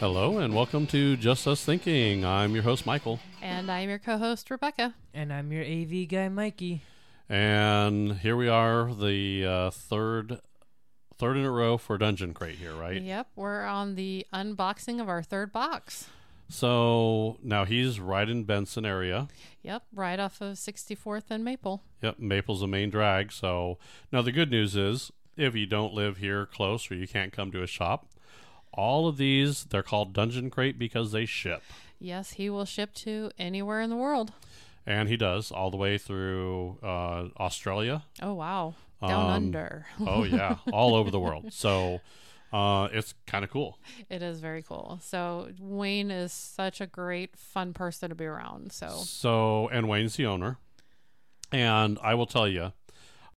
Hello and welcome to Just Us Thinking. I'm your host, Michael. And I'm your co host, Rebecca. And I'm your AV guy, Mikey. And here we are, the uh, third third in a row for Dungeon Crate here, right? Yep, we're on the unboxing of our third box. So now he's right in Benson area. Yep, right off of 64th and Maple. Yep, Maple's a main drag. So now the good news is if you don't live here close or you can't come to a shop, all of these they're called Dungeon Crate because they ship. Yes, he will ship to anywhere in the world. And he does all the way through uh, Australia, Oh, wow. Down Um, under. Oh yeah, all over the world. So uh, it's kind of cool. It is very cool. So, Wayne is such a great, fun person to be around. So, So and Wayne's the owner, and I will tell you,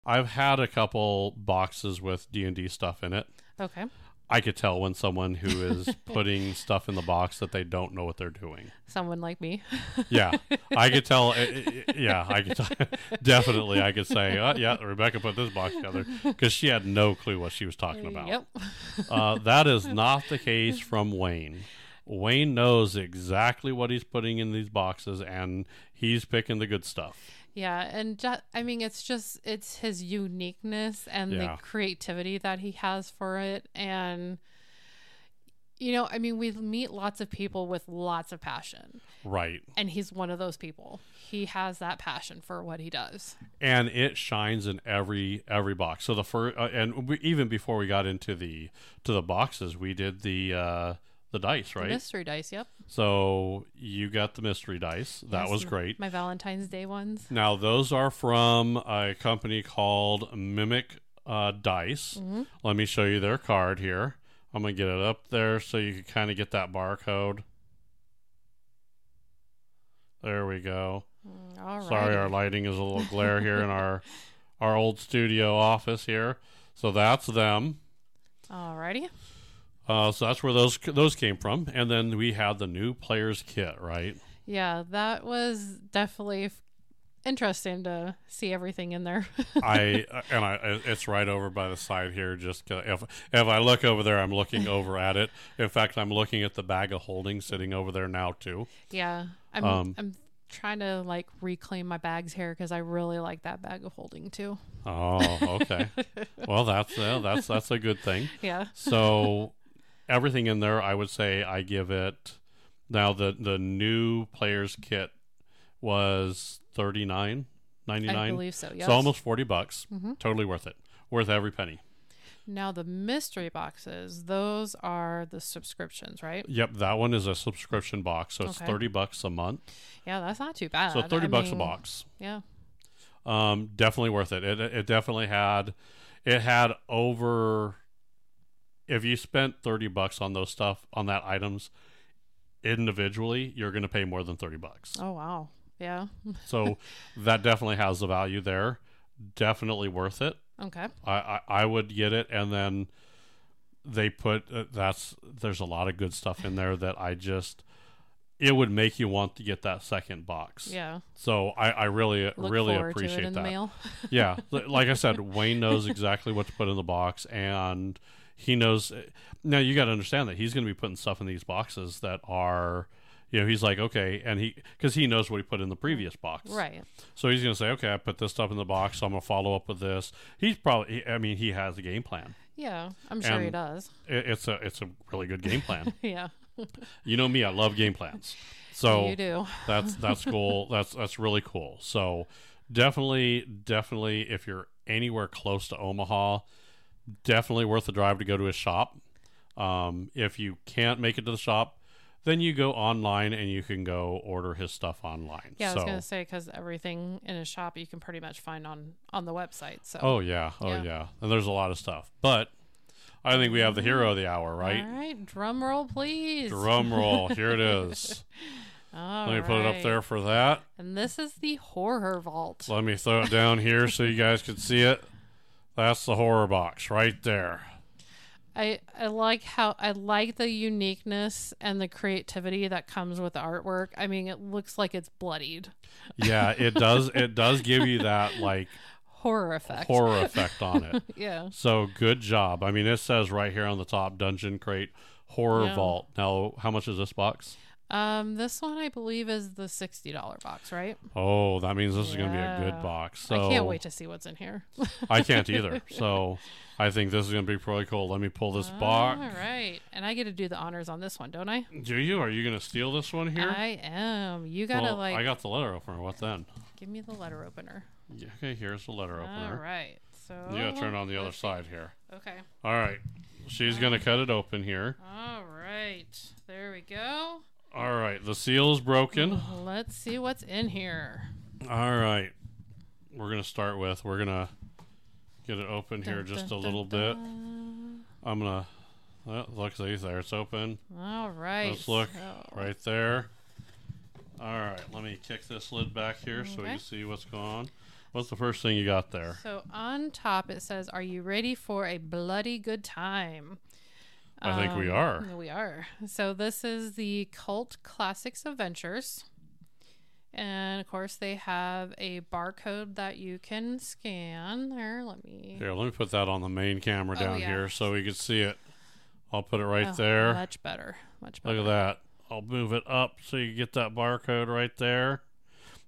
I've had a couple boxes with D and D stuff in it. okay. I could tell when someone who is putting stuff in the box that they don't know what they're doing. Someone like me. Yeah, I could tell. i- i- i- yeah, I could tell, definitely. I could say, oh, yeah, Rebecca put this box together because she had no clue what she was talking about. Yep. uh, that is not the case from Wayne. Wayne knows exactly what he's putting in these boxes, and he's picking the good stuff. Yeah, and ju- I mean, it's just it's his uniqueness and Yeah. the creativity that he has for it, and you know, I mean, we meet lots of people with lots of passion, Right. and he's one of those people. He has that passion for what he does. And it shines in every every box. So the first, uh, and we, even before we got into the to the boxes, we did the uh, the dice, The right? mystery dice, yep. so you got the mystery dice. That Yes, was m- great. My Valentine's Day ones. Now, those are from a company called Mimic uh, Dice. Mm. Mm-hmm. Let me show you their card here. I'm going to get it up there so you can kind of get that barcode. There we go. All right. Sorry, our lighting is a little glare here in our our old studio office here. So that's them. Alrighty. Uh, so that's where those those came from. And then we had the new players kit, right? Yeah, that was definitely f- interesting to see everything in there. I and I it's right over by the side here. Just 'cause if if I look over there, I'm looking over at it. In fact, I'm looking at the bag of holding sitting over there now too. Yeah, I'm Um, I'm trying to like reclaim my bags here because I really like that bag of holding too. Oh, okay. well, that's uh, that's that's a good thing. Yeah, So everything in there, I would say I give it. Now the the new players kit was thirty nine ninety I nine. believe so. Yes. So almost forty bucks. Mhm. Totally worth it. Worth every penny. Now the mystery boxes, those are the subscriptions, right? Yep, that one is a subscription box, so it's Okay. thirty bucks a month. Yeah, that's not too bad. So thirty I bucks mean, a box. Yeah. Um, definitely worth it. It it definitely had, it had over. If you spent thirty bucks on those stuff on that items, individually, you're going to pay more than thirty bucks. Oh wow. Yeah. So that definitely has the value there. Definitely worth it. Okay. I, I, I would get it and then they put uh, that's there's a lot of good stuff in there that I just it would make you want to get that second box. Yeah. So I, I really Look really forward to it appreciate in that. the mail. yeah, li- like I said, Wayne knows exactly what to put in the box and he knows uh, now you got to understand that he's going to be putting stuff in these boxes that are you know, he's like, okay, and he cuz he knows what he put in the previous box. Right. So he's going to say, okay, I put this stuff in the box. So I'm going to follow up with this. He's probably, I mean, he has a game plan. Yeah. I'm sure he And- does. It, it's a it's a really good game plan. Yeah. you know me, I love game plans. So you do. that's that's cool. That's that's really cool. So definitely, definitely, if you're anywhere close to Omaha, definitely worth the drive to go to a shop. Um, if you can't make it to the shop, then you go online and you can go order his stuff online. Yeah, I so, was gonna say because everything in a shop you can pretty much find on on the website. So. Oh yeah, oh yeah. Yeah. And there's a lot of stuff, but I think we have the hero of the hour, All right? right. Drum roll, please. Drum roll, here it is. All Let me put it up right. there for that. And this is the horror vault. Let me throw it down here so you guys can see it. That's the horror box right there. I, I like how I like the uniqueness and the creativity that comes with the artwork. I mean, it looks like it's bloodied Yeah, it does. It does give you that like horror effect. horror effect on it. Yeah. So good job. I mean, it says right here on the top, Dungeon Crate Horror Yeah. Vault. Now, how much is this box? Um, this one I believe is the sixty dollar box, right? Oh, that means this is going to be a Yeah. good box. So I can't wait to see what's in here. I can't either. So I think this is going to be pretty cool. Let me pull this box. All right, and I get to do the honors on this one, don't I? Do you? Are you going to steal this one here? I am. You gotta Well, like I got the letter opener. What then? give me the letter opener. Yeah, Okay, here's the letter All opener. right, so You got to turn on the other side here. Okay. All right. She's going to cut it open here. All right, there we go. All right. The seal is broken. Let's see what's in here. All right. We're going to start with, we're going to get it open here Dun, just a dun, little bit. dun, dun. I'm going to, uh, look, see, there it's open. All right. Let's look so- right there. All right. Let me kick this lid back here so we Okay. can see what's going on. What's the first thing you got there? So on top it says, "Are you ready for a bloody good time?" Um, I think we are. We are. So this is the Cult Classics Adventures, and of course they have a barcode that you can scan. There, let me. Here, let me put that on the main camera Oh, down yeah. here so we can see it. I'll put it right Oh, there. Much better. Much better. Look at that. I'll move it up so you get that barcode right there.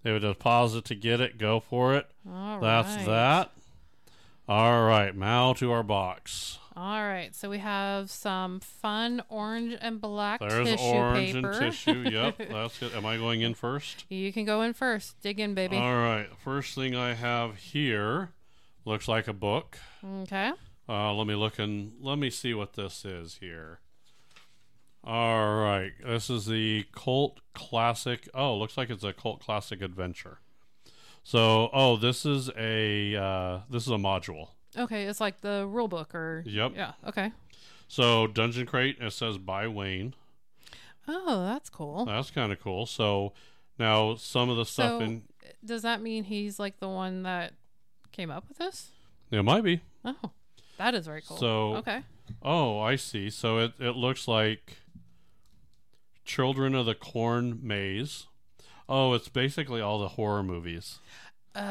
They would just pause it to get it. Go for it. All That's right. that. All right, now to our box. All right. So we have some fun orange and black There's tissue orange paper. and tissue. Yep, that's it. Am I going in first? You can go in first. Dig in, baby. All right. First thing I have here looks like a book. okay. Uh, let me look and let me see what this is here. All right, this is the cult classic. Oh, looks like it's a cult classic adventure. So, oh, this is a uh, this is a module. Okay, it's like the rule book or Yep. Yeah. Okay. So, Dungeon Crate. It says by Wayne. Oh, that's cool. That's kind of cool. So, now some of the stuff So- in Does that mean he's like the one that came up with this? it might be. Oh, that is very cool. So, okay. oh, I see. So it it looks like Children of the Corn Maze. Oh, it's basically all the horror movies. Oh.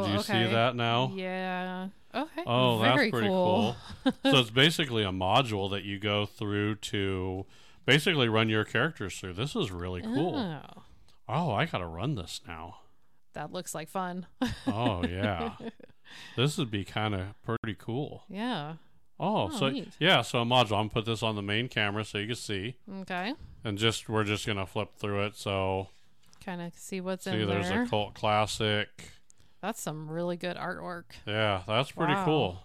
Oh, do you see okay. that now? Yeah. Okay. Oh, that's Very pretty cool. so it's basically a module that you go through to basically run your characters through. This is really cool. Oh, Oh, I got to run this now. that looks like fun. Oh, yeah. this would be kind of pretty cool. yeah. Oh, Oh, so neat. yeah, so a module. I'm going to put this on the main camera so you can see. Okay. And just we're just going to flip through it. So Kind of see what's see, in there's there. a cult classic. That's some really good artwork. Yeah, that's pretty Wow. cool.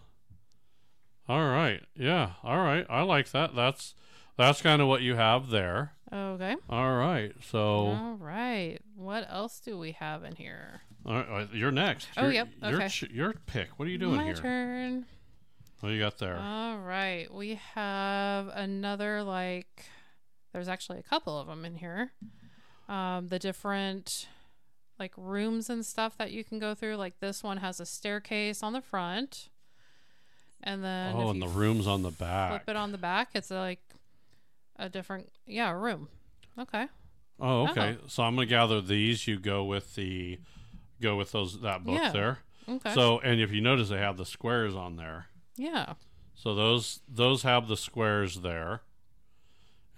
All right. Yeah. All right. I like that. That's that's kind of what you have there. Okay. All right. So All right. What else do we have in here? all right, uh, you're next. Mm-hmm. Oh, Your- yep, Your, okay. ch- your pick. What are you doing My here? turn. Uh, What do you got there? All right. We have another like there's actually a couple of them in here. Um the different like rooms and stuff that you can go through. Like this one has a staircase on the front. And then oh, if and you the room's on the flip back. it on the back, it's like a different yeah, a room. Okay. Oh, Uh-huh. okay. So I'm gonna gather these. You go with the go with those that book Yeah, there. Okay. So and if you notice, they have the squares on there. yeah. So those those have the squares there,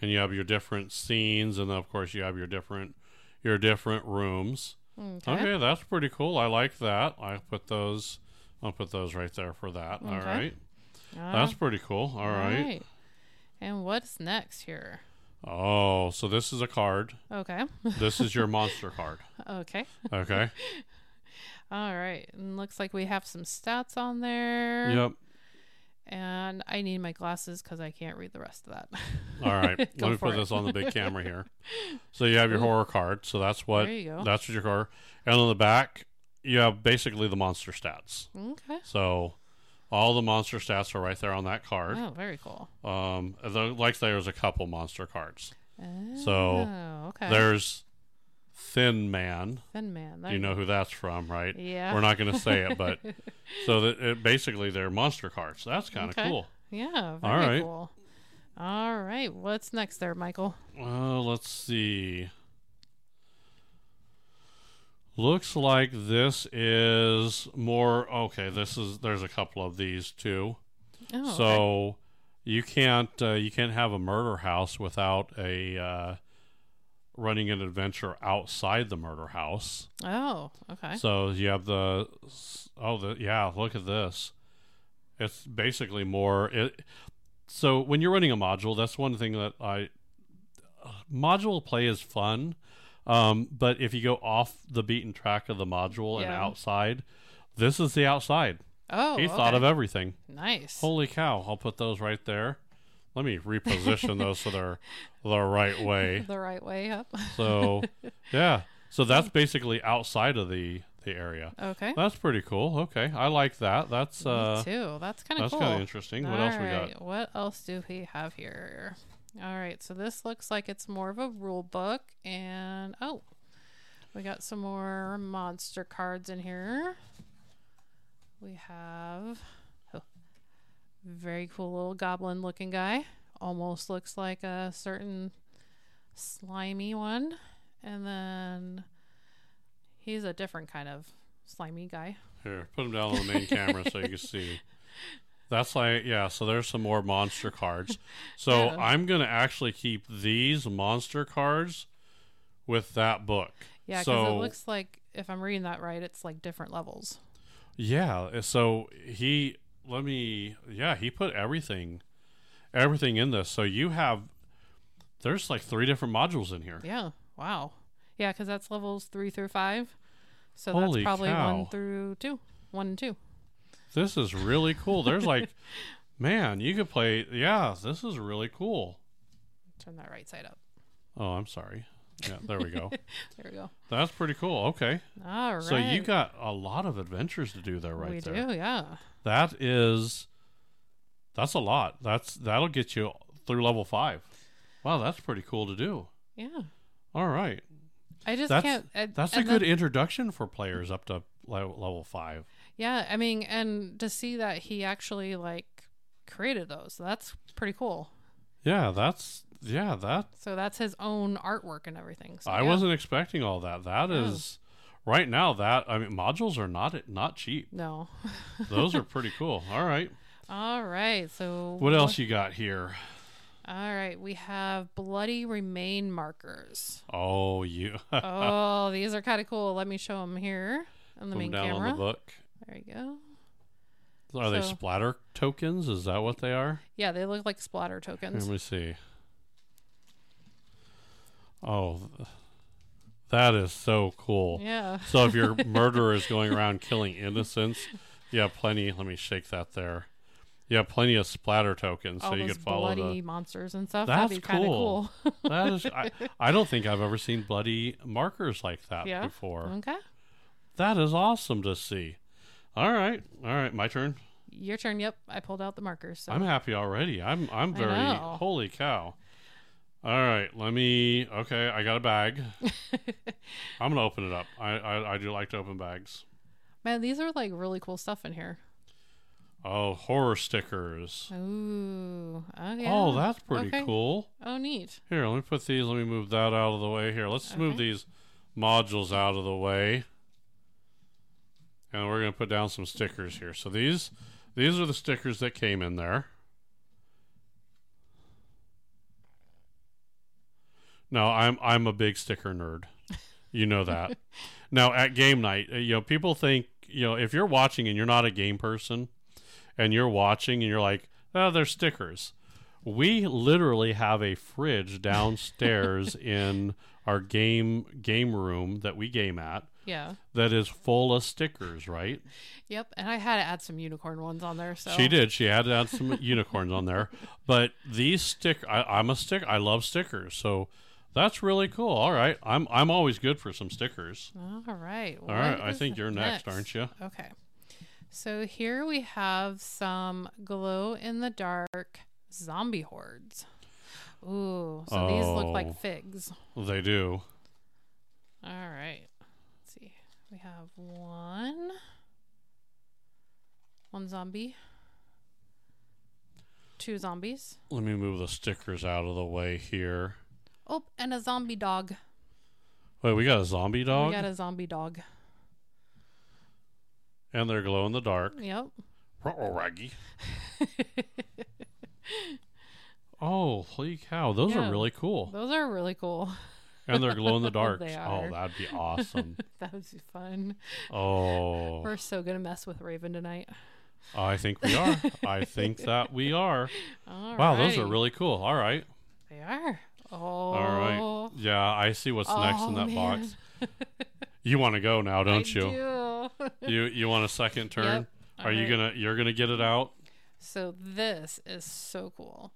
and you have your different scenes, and of course you have your different your different rooms. Okay. Okay, that's pretty cool. I like that. I put those. I'll put those right there for that. All Okay. right, Ah, that's pretty cool. All right. And what's next here? Oh, so this is a card. Okay. This is your monster card. okay. Okay. All right. And looks like we have some stats on there. yep. And I need my glasses because I can't read the rest of that. All right. Let Go me for put it. this on the big camera here. So you have your Ooh. horror card. So that's what There you go. that's what your card. And on the back, you have basically the monster stats. okay. So all the monster stats are right there on that card. Oh, very cool. Um, though, like there's a couple monster cards. So, Oh, okay. There's Thin Man. Thin Man. There You know who that's from, right? Yeah. We're not going to say it, but so that it, basically they're monster cards. That's kind of Okay. cool. Yeah. Very right. cool. All right. What's next there, Michael? Uh, let's see. Looks like this is more okay. This is there's a couple of these too. Oh, okay. so You can't uh, you can't have a murder house without a uh, running an adventure outside the murder house. Oh, okay. So you have the oh the yeah look at this. It's basically more it. So when you're running a module, that's one thing that I module play is fun, um, but if you go off the beaten track of the module and Yeah. outside, this is the outside. oh, he thought okay. of everything. Nice. Holy cow! I'll put those right there. Let me reposition those so they're the right way. the right way up. So yeah, so that's basically outside of the the area. okay. That's pretty cool. Okay, I like that. That's uh, Me too. That's kind of that's cool. kind of interesting. What else we got? Alright, What else do we have here? All right, so this looks like it's more of a rule book, and oh, we got some more monster cards in here. We have oh, very cool little goblin-looking guy. Almost looks like a certain slimy one, and then he's a different kind of slimy guy. Here, put them down on the main camera so you can see. That's like yeah. So there's some more monster cards. So Yeah. I'm gonna actually keep these monster cards with that book. Yeah, because So it looks like if I'm reading that right, it's like different levels. Yeah. uh, So he let me yeah, he put everything everything in this. So you have there's like three different modules in here. Yeah. Wow. Yeah, because that's levels three through five. So Holy that's probably cow. one through two. One and two. This is really cool. There's like man, you could play yeah, this is really cool. Turn that right side up. Oh, I'm sorry. Yeah, there we go. There we go. That's pretty cool. Okay. All right. So you got a lot of adventures to do there right we there. do, yeah. That is that's a lot. That's that'll get you through level 5. Wow, that's pretty cool to do. Yeah. All right. I just That's- can't. I, That's a and good that- introduction for players up to le- level five. yeah, I mean, and to see that he actually like created those, that's pretty cool. Yeah, that's yeah that So that's his own artwork and everything. So, I yeah. wasn't expecting all that. That Yeah. is right now. That I mean, modules are not not cheap. No. Those are pretty cool. All right, All right. So what else you got here? All right, we have bloody remain markers. Oh, you put oh, these are kind of cool. Let me show them here on the Ah. 'em main down on camera. the book. there you go. Are they So- splatter tokens? Is that what they are? Yeah, they look like splatter Here, tokens. Let me see. Oh, th- that is so cool. Yeah. So if your murderer is going around killing innocents, you have plenty. Let me shake that there. You have plenty of splatter tokens, All so you those could follow the. bloody monsters and stuff. That's That'd be kind of cool. cool. That is, I, I don't think I've ever seen bloody markers like that Yeah. before. okay. That is awesome to see. All right, all right, my turn. Your turn. Yep, I pulled out the markers. So. I'm happy already. I'm I'm Oh. I very know. holy cow. All right, let me. Okay, I got a bag. I'm gonna open it up. I, I I do like to open bags. Man, these are like really cool stuff in here. Oh, horror stickers. Ooh. Oh, yeah. Oh, that's pretty Okay. cool. Oh, neat. Here, let me put these. Let me move that out of the way. Here, let's move Okay. these modules out of the way, and we're gonna put down some stickers here. So these, these are the stickers that came in there. No, I'm I'm a big sticker nerd. You know that. now at game night, uh, you know people think you know if you're watching and you're not a game person, and you're watching and you're like, oh, they're stickers. We literally have a fridge downstairs in our game game room that we game at Yeah. that is full of stickers. Right? Yep. And I had to add some unicorn ones on there. So She did. She had out some unicorns on there, but these stick. I, I'm a stick. I love stickers. So. That's really cool. All right, I'm I'm always good for some stickers. All right. All right, I think you're next, aren't you? aren't you? Okay. So here we have some glow in the dark zombie hordes. Ooh, so these look Oh. like figs. They do. All right. Let's see. We have one. One zombie. Two zombies. Let me move the stickers out of the way here. Oh, and a zombie dog. Wait, we got a zombie dog, We got a zombie dog. and they're glow in the dark. oh, Yep. Ruh-roh, Raggy. Oh, holy cow! Those Yeah. are really cool, Those are really cool. and they're glow in the dark. They oh, are. that'd be awesome. that would be fun. Oh, We're so gonna mess with Raven tonight. I think we are. I think that we are. All wow, those are really cool. All right, They are. Oh. all right. Yeah, I see what's next in Oh, that man. box. You want to go now, don't you? I do. You you want a second turn? Yep. Are you Alright. gonna you're gonna get it out? So this is so cool.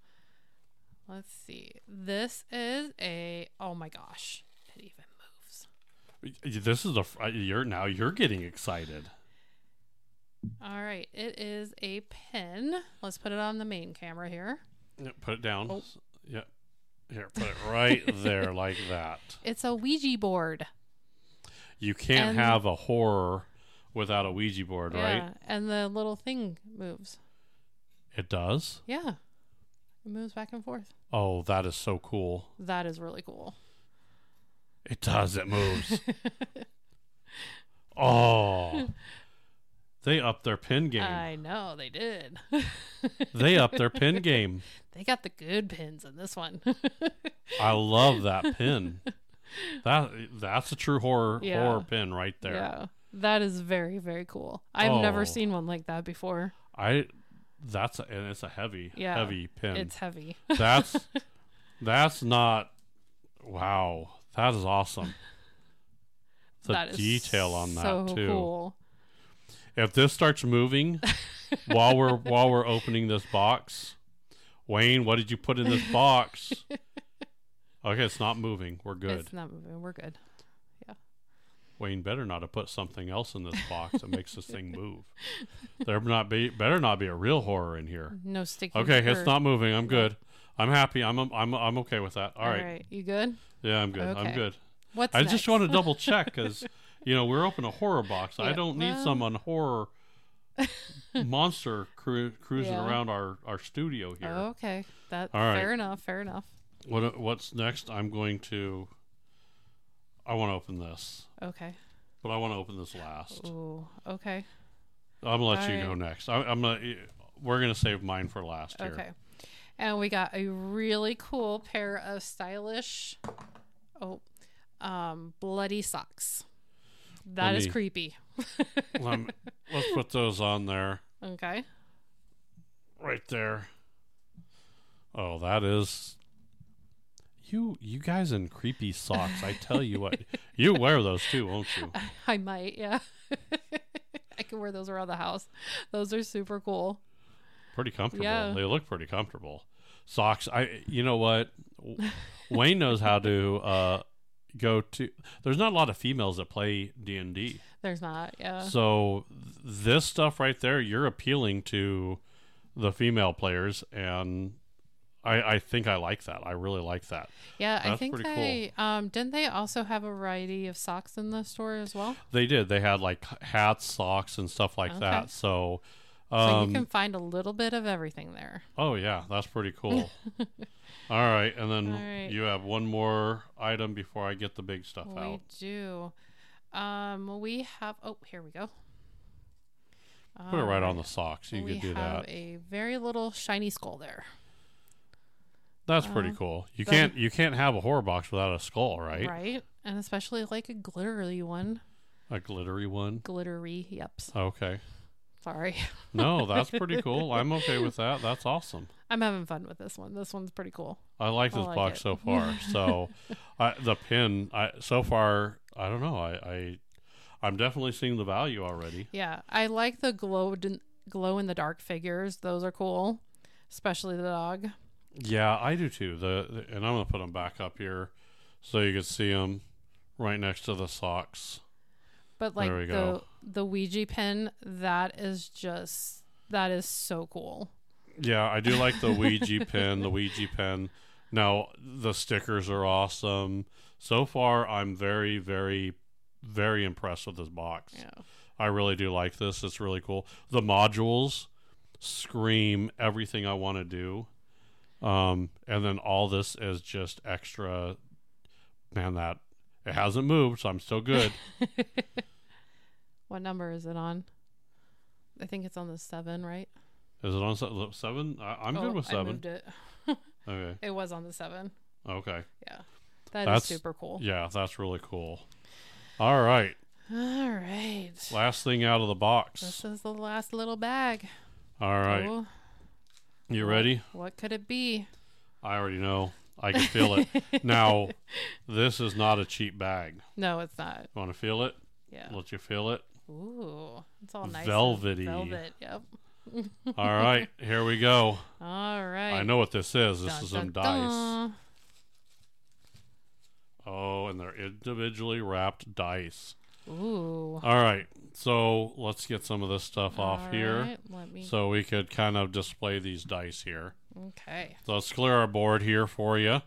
Let's see. This is a oh my gosh, it even moves. Y- This is the f- uh, you're now you're getting excited. All right, it is a pin. Let's put it on the main camera here. Yeah, Put it down. Oh. Yeah, here, put it right there like that. It's a Ouija board. You can't And- have a horror without a Ouija board, Yeah, right? and the little thing moves. It does. Yeah. It moves back and forth. Oh, that is so cool. That is really cool. It does. It moves. oh, they upped their pin game. I know they did. They upped their pin game. they got the good pins in this one. I love that pin. That that's a true horror Yeah. horror pin right there. Yeah. That is very, very cool. I've never Oh. seen one like that before. I that's a, and it's a heavy Yeah. heavy pin. It's heavy. that's that's not wow. That is awesome. The That is detail on that so too. Cool. If this starts moving while we're while we're opening this box, Wayne, what did you put in this box? okay, it's not moving. We're good. It's not moving. We're good. Wayne better not have put something else in this box that makes this thing move. There not be better not be a real horror in here. No sticky. Okay, or- it's not moving. I'm good. I'm happy. I'm I'm I'm okay with that. All right. You good? Yeah, I'm good. I'm Okay. good. What's I just next? want to double check because you know we're open a horror box. I Yeah, don't need well- someone horror monster cru- cruising Yeah. around our our studio here. Oh, Okay. That All right. fair enough. Fair enough. What uh, what's next? I'm going to. I want to open this, Okay. but I want to open this last. Ooh. Okay. I'm gonna let you All go right. next. I, I'm gonna. We're gonna save mine for last here. Okay. And we got a really cool pair of stylish, oh, um, bloody socks. That is me- creepy. Lem- let's put those on there, Okay. right there. Oh, that is. You you guys in creepy socks. I tell you what, you wear those too, won't you? I might. Yeah. I can wear those around the house. Those are super cool. Pretty comfortable. Yeah. They look pretty comfortable. Socks. I. You know what? Wayne knows how to uh, go to. There's not a lot of females that play D and D. There's not. Yeah. So th- this stuff right there, you're appealing to the female players, and I, I think I like that. I really like that. Yeah, I That's think pretty they um didn't they also have a variety of socks in the store as well? They did. They had like h- hats, socks, and stuff like Okay. that. So, So um, you can find a little bit of everything there. oh yeah, that's pretty cool. All right, and then All right. you have one more item before I get the big stuff We out. do. Um we have oh, here we go. Put it right on the Alright, socks. You we could do have that. a very little shiny skull there. That's pretty Uh-huh. cool. You the- can't you can't have a horror box without a skull, right? Right? And especially like a glittery one. A glittery one. Glittery, yep. Okay. Sorry. No, that's pretty cool. I'm okay with that. That's awesome. I'm having fun with this one. This one's pretty cool. I like I this like box it. so far. So, I, the pin, I so far, I don't know. I, I, I'm definitely seeing the value already. Yeah, I like the glow glow in the dark figures. Those are cool, especially the dog. Yeah, I do too. The, the and I'm gonna put them back up here, so you can see them right next to the socks. But like There we the go. the Ouija pin, that is just that is so cool. Yeah, I do like the Ouija pin. The Ouija pin. Now the stickers are awesome. So far, I'm very, very, very impressed with this box. Yeah. I really do like this. It's really cool. The modules scream everything I want to do. Um, and then all this is just extra. Man, that it hasn't moved, so I'm still good. What number is it on? I think it's on the seven, right? is it on se- seven? I, I'm Oh, good with I seven. moved it. Okay. It was on the seven. Okay. Yeah. That is That's- super cool. Yeah, that's really cool. All right. All right. Last thing out of the This box. is the last little bag. All right. Oh, You ready? what could it be? I already know. I can feel it. now, this is not a cheap bag. No, it's not. Want to feel it? Yeah. Let you feel it. Ooh. It's all nice. and Velvety. Velvet. Yep. All right. Here we go. All right. I know what this is. This Dun, is some dun, dice. dun. Oh, and they're individually wrapped dice. Ooh. All right. So let's get some of this stuff off All here right, Let me. so we could kind of display these dice here. okay. So let's clear our board here for you.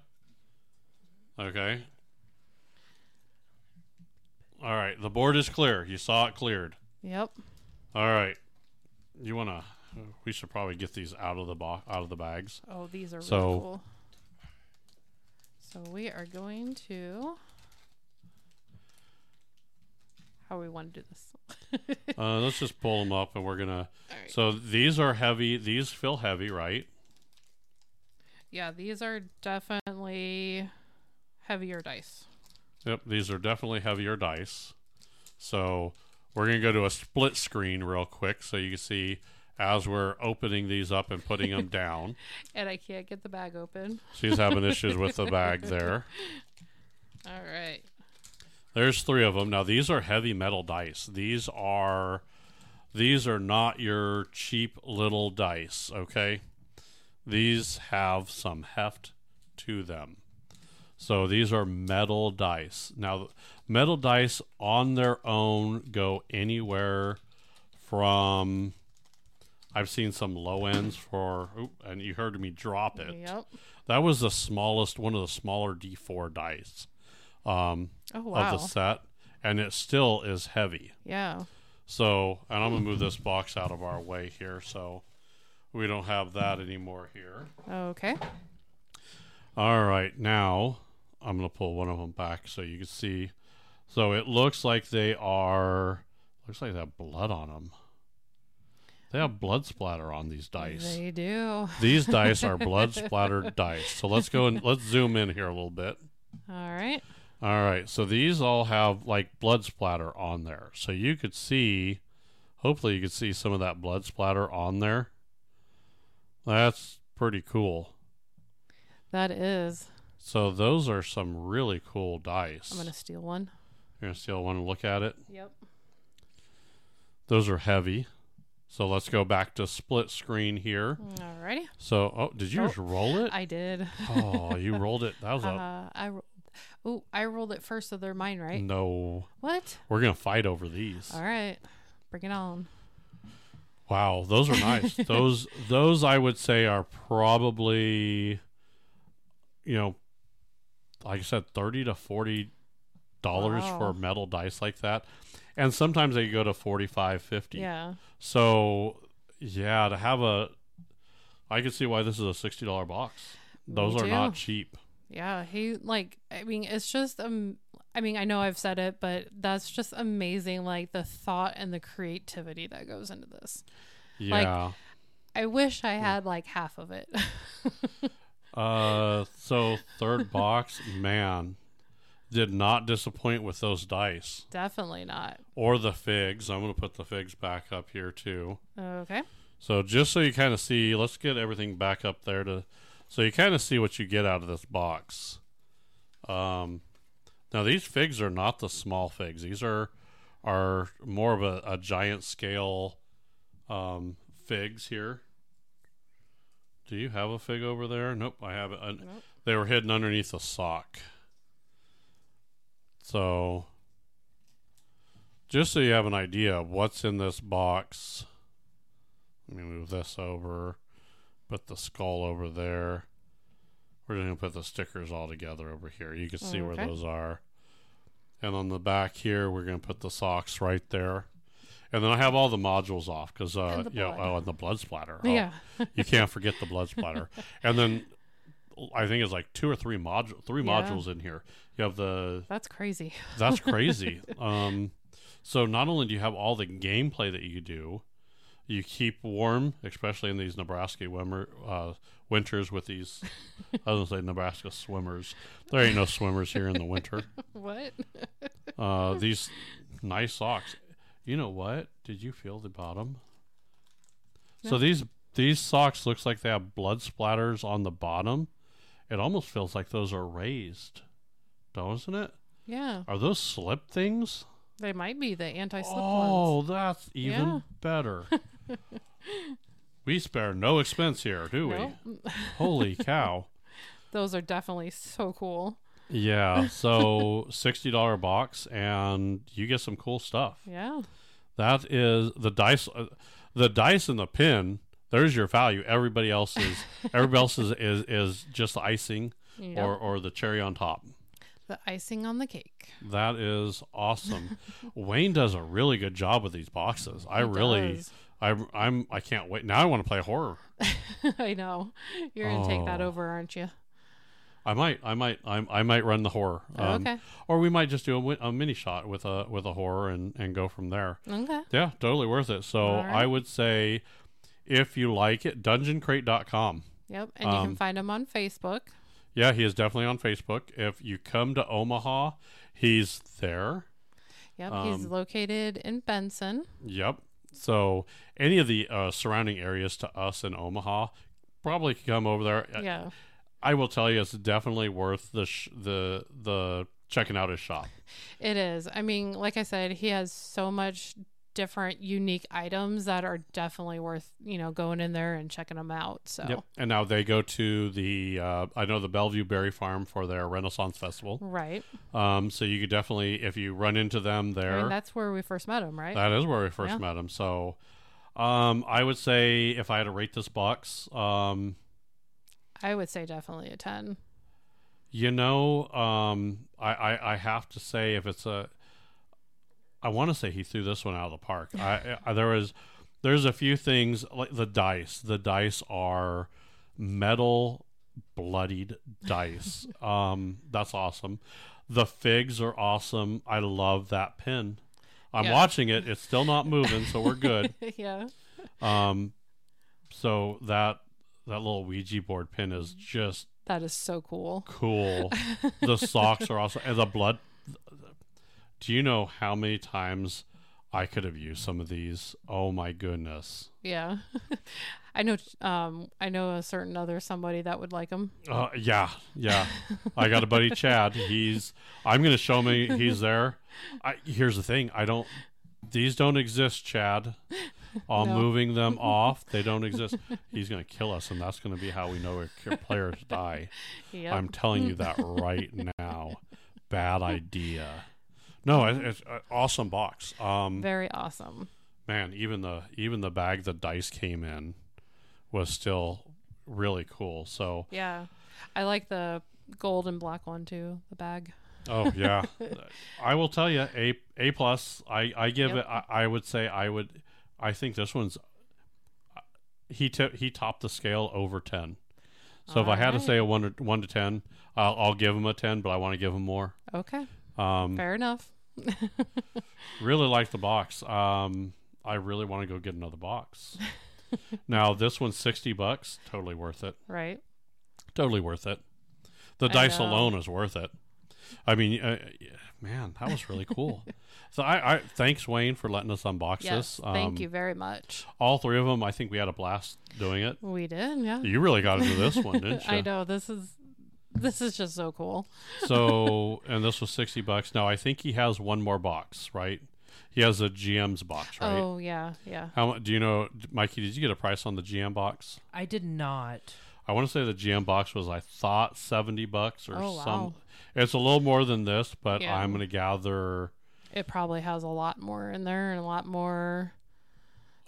Okay. All right. The board is clear. You saw it cleared. Yep. All right. You want to. We should probably get these out of the box, out of the bags. Oh, these are really So- cool. So we are going to. How we want to do this? Uh, let's just pull them up, and we're gonna. All right. So these are heavy. These feel heavy, right? yeah, these are definitely heavier dice. Yep, these are definitely heavier dice. So we're going to go to a split screen real quick so you can see as we're opening these up and putting them down. And I can't get the bag open. She's having issues with the bag there. All right. There's three of them. Now these are heavy metal dice. These are these are not your cheap little dice, okay? These have some heft to them. So these are metal dice. Now metal dice on their own go anywhere from I've seen some low ends for oop, and you heard me drop it. Yep. That was the smallest one of the smaller D4 dice. Um Oh, wow. of the set, and it still is heavy. Yeah. So, and I'm gonna move this box out of our way here, so we don't have that anymore here. Okay. All right, now I'm gonna pull one of them back so you can see. So it looks like they are. Looks like they have blood on them. They have blood splatter on these dice. They do. these dice are blood splattered dice. So let's go and let's zoom in here a little bit. All right. All right, so these all have like blood splatter on there. So you could see, hopefully, you could see some of that blood splatter on there. That's pretty cool. That is. So those are some really cool dice. I'm going to steal one. You're gonna still want to look at it. Yep. Those are heavy. So let's go back to split screen here. All righty. So, oh, did you Oh, just roll it? I did. oh, you rolled it. That was a Uh, I ro- oh, I rolled it first, so they're mine, Mm. right? no. What? We're gonna fight over these. All right, bring it on. Wow, those are nice. those those I would say are probably you know like I said 30 to 40 dollars Wow. for metal dice like that. And sometimes they go to 45 50. Yeah, So yeah, to have a I can see why this is a $60 box. Those Me are not too. cheap. yeah. He like, I mean, it's just um. I mean, I know I've said it, but that's just amazing. Like the thought and the creativity that goes into this. Like- Yeah. I wish I had like half of it. uh so third box, man, did not disappoint with those dice. Definitely not. or the figs. I'm going to put the figs back up here too. Okay. So just so you kind of see, let's get everything back up there to so you kind of see what you get out of this box. Um now these figs are not the small figs. These are are more of a, a giant scale um figs here. Do you have a fig over there? Nope, I have it. un- Nope. They were hidden underneath a sock. So just so you have an idea of what's in this box. Let me move this over. Put the skull over there. We're just gonna put the stickers all together over here. You can see Okay. where those are. And on the back here, we're gonna put the socks right there. And then I have all the modules off because uh, And the yeah, blood. oh, and the blood splatter. Oh, Yeah. you can't forget the blood splatter. and then I think it's like two or three module, three Yeah. modules in here. You have the That's crazy. that's crazy. um, so not only do you have all the gameplay that you do, You keep warm, especially in these Nebraska wimmer, uh, winters with these. I was gonna say Nebraska swimmers. There ain't no swimmers here in the winter. What? Uh, these nice socks. You know what? Did you feel the bottom? So No. these these socks looks like they have blood splatters on the bottom. It almost feels like those are raised, doesn't it? Yeah, Are those slip things? they might be the anti-slip oh, ones. that's even Yeah. better. we spare no expense here, do we? Nope. Holy cow! Those are definitely so cool. Yeah, so sixty dollar box, and you get some cool stuff. Yeah. That is the dice, uh, the dice and the pin. There's your value. Everybody else is everybody else is is, is just icing Yep. or or the cherry on top. the icing on the cake. That is awesome. Wayne does a really good job with these boxes. I really, does. I I'm I can't wait. Now I want to play horror. I know. You're gonna take that Oh. over, aren't you? I might I might I'm, I might run the horror. Um, Oh, okay. Or we might just do a, wi- a mini shot with a with a horror and and go from there. Okay. Yeah, totally worth it. So All right. I would say if you like it, dungeoncrate.com. Yep. And you Um, can find them on Facebook. Yeah, he is definitely on Facebook. If you come to Omaha, he's there. Yep. he's um, located in Benson. Yep. So any of the uh, surrounding areas to us in Omaha probably could come over there. I- yeah. I will tell you, it's definitely worth the sh- the the checking out his shop. It is. I mean, like I said, he has so much different unique items that are definitely worth, you know, going in there and checking them out. So And now they go to the uh, I know the Bellevue Berry Farm for their Renaissance Festival. right. Um, so you could definitely if you run into them there. I mean, that's where we first met him, right? That is where we first Yeah. met him. So, um, I would say if I had to rate this box, um, I would say definitely a ten. you know, um, I, I I have to say if it's a, I want to say he threw this one out of the park. I, I there was, there's a few things like the dice. The dice are metal bloodied dice. um, that's awesome. The figs are awesome. I love that pin. I'm Yeah. watching it. It's still not moving, so we're good. yeah. Um, so that that little Ouija board pin is just That is so cool. cool. the socks are also and the blood. Do you know how many times I could have used some of these? Oh my goodness! Yeah. I know um I know a certain other somebody that would like him. Uh, yeah, yeah. I got a buddy Chad. He's. I'm gonna show me he's there. I here's the thing. I don't. These don't exist, Chad. I'm No. moving them off. They don't exist. He's gonna kill us, and that's gonna be how we know our players die. Yep. I'm telling you that right now. Bad idea. No, it, it's an awesome box. Um, Very awesome. man, even the even the bag the dice came in was still really cool. So, Yeah. I like the gold and black one too, the bag. oh yeah, I will tell you a a plus. I I give Yep. it. I, I would say I would. I think this one's. uh, He t- he topped the scale over ten. So if I had to Alright. say a one to, one to ten, I'll, I'll give him a ten, but I want to give him more. Okay. Um, Fair enough. Really like the box. Um, I really want to go get another box. now this one's sixty bucks. Totally worth it. Right. Totally worth it. The I dice know. alone is worth it. I mean, uh, yeah, man, that was really cool. so I, I thanks Wayne for letting us unbox Yes. this. Um, Thank you very much. All three of them. I think we had a blast doing it. We did, yeah. You really got into this one, didn't you? I know this is this is just so cool. So, and this was sixty bucks. Now I think he has one more box, right? He has a GM's box, right? Oh yeah, yeah. How much do you know, Mikey? Did you get a price on the GM box? I did not. I want to say the GM box was, I thought, seventy bucks or Oh, some. wow. It's a little more than this, but Yeah. I'm going to gather. It probably has a lot more in there and a lot more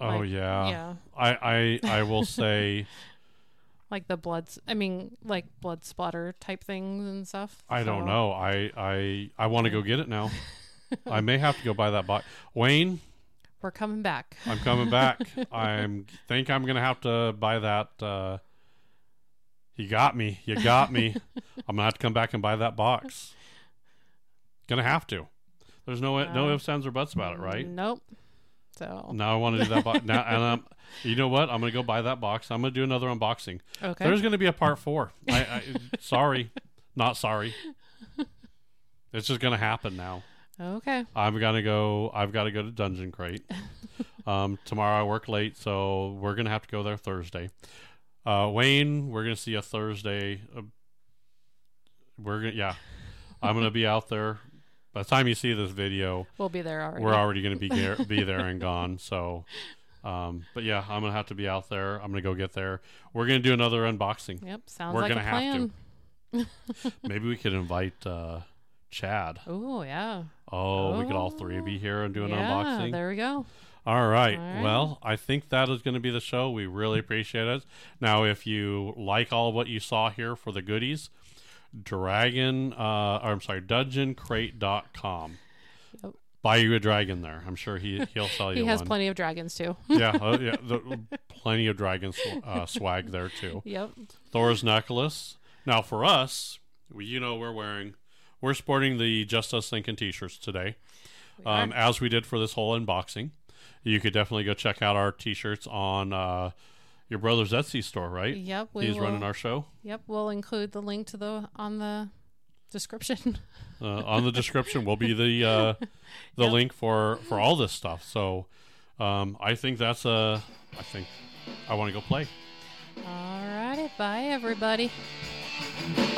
Oh Like, yeah. yeah. I I I will say like the blood s- I mean like blood splatter type things and stuff. I don't so- know. I I I want to go get it now. I may have to go buy that box. Wayne, We're coming back. I'm coming back. I'm think I'm going to have to buy that. Uh, you got me. You got me. I'm going to have to come back and buy that box. Gonna have to. There's no no Wow. Mm. ifs ands or buts about it, right? Nope. So Now I want to do that box. now, and um, you know what? I'm going to go buy that box. I'm going to do another unboxing. okay, There's going to be a part four. I, I sorry, not sorry. It's just going to happen now. okay, I'm gonna go. I've got to go to Dungeon Crate. um, tomorrow I work late, so we're gonna have to go there Thursday. Uh, Wayne, we're gonna see you Thursday. Uh, we're gonna, yeah, I'm gonna be out there. By the time you see this video, we'll be there already. we're already gonna be gar- be there and gone. So, um, but yeah, I'm gonna have to be out there. I'm gonna go get there. We're gonna do another unboxing. Yep, sounds we're like gonna a have to. plan. Maybe we could invite uh, Chad. Oh yeah, Oh, we could all three Oh, be here and do an yeah, unboxing. There we go. All right. All right. Well, I think that is going to be the show. We really appreciate it. Now, if you like all what you saw here for the goodies, dragon, uh, or I'm sorry, dungeoncrate.com. Yep. Buy you a dragon there. I'm sure he, he'll sell you He has one. plenty of dragons too. yeah, uh, yeah the, plenty of dragon sw- uh, swag there, too. Yep. Thor's necklace. Now, for us, we, you know, we're wearing, we're sporting the Just Us Thinking t shirts today we are. um, as we did for this whole unboxing. You could definitely go check out our t-shirts on uh, your brother's Etsy store, right? Yep, we He's will, running our show Yep, we'll include the link to the on the description. uh, on the description. will be the uh, the Yep. link for for all this stuff. So um, I think that's a. I think I want to go play. All righty, bye everybody. Thank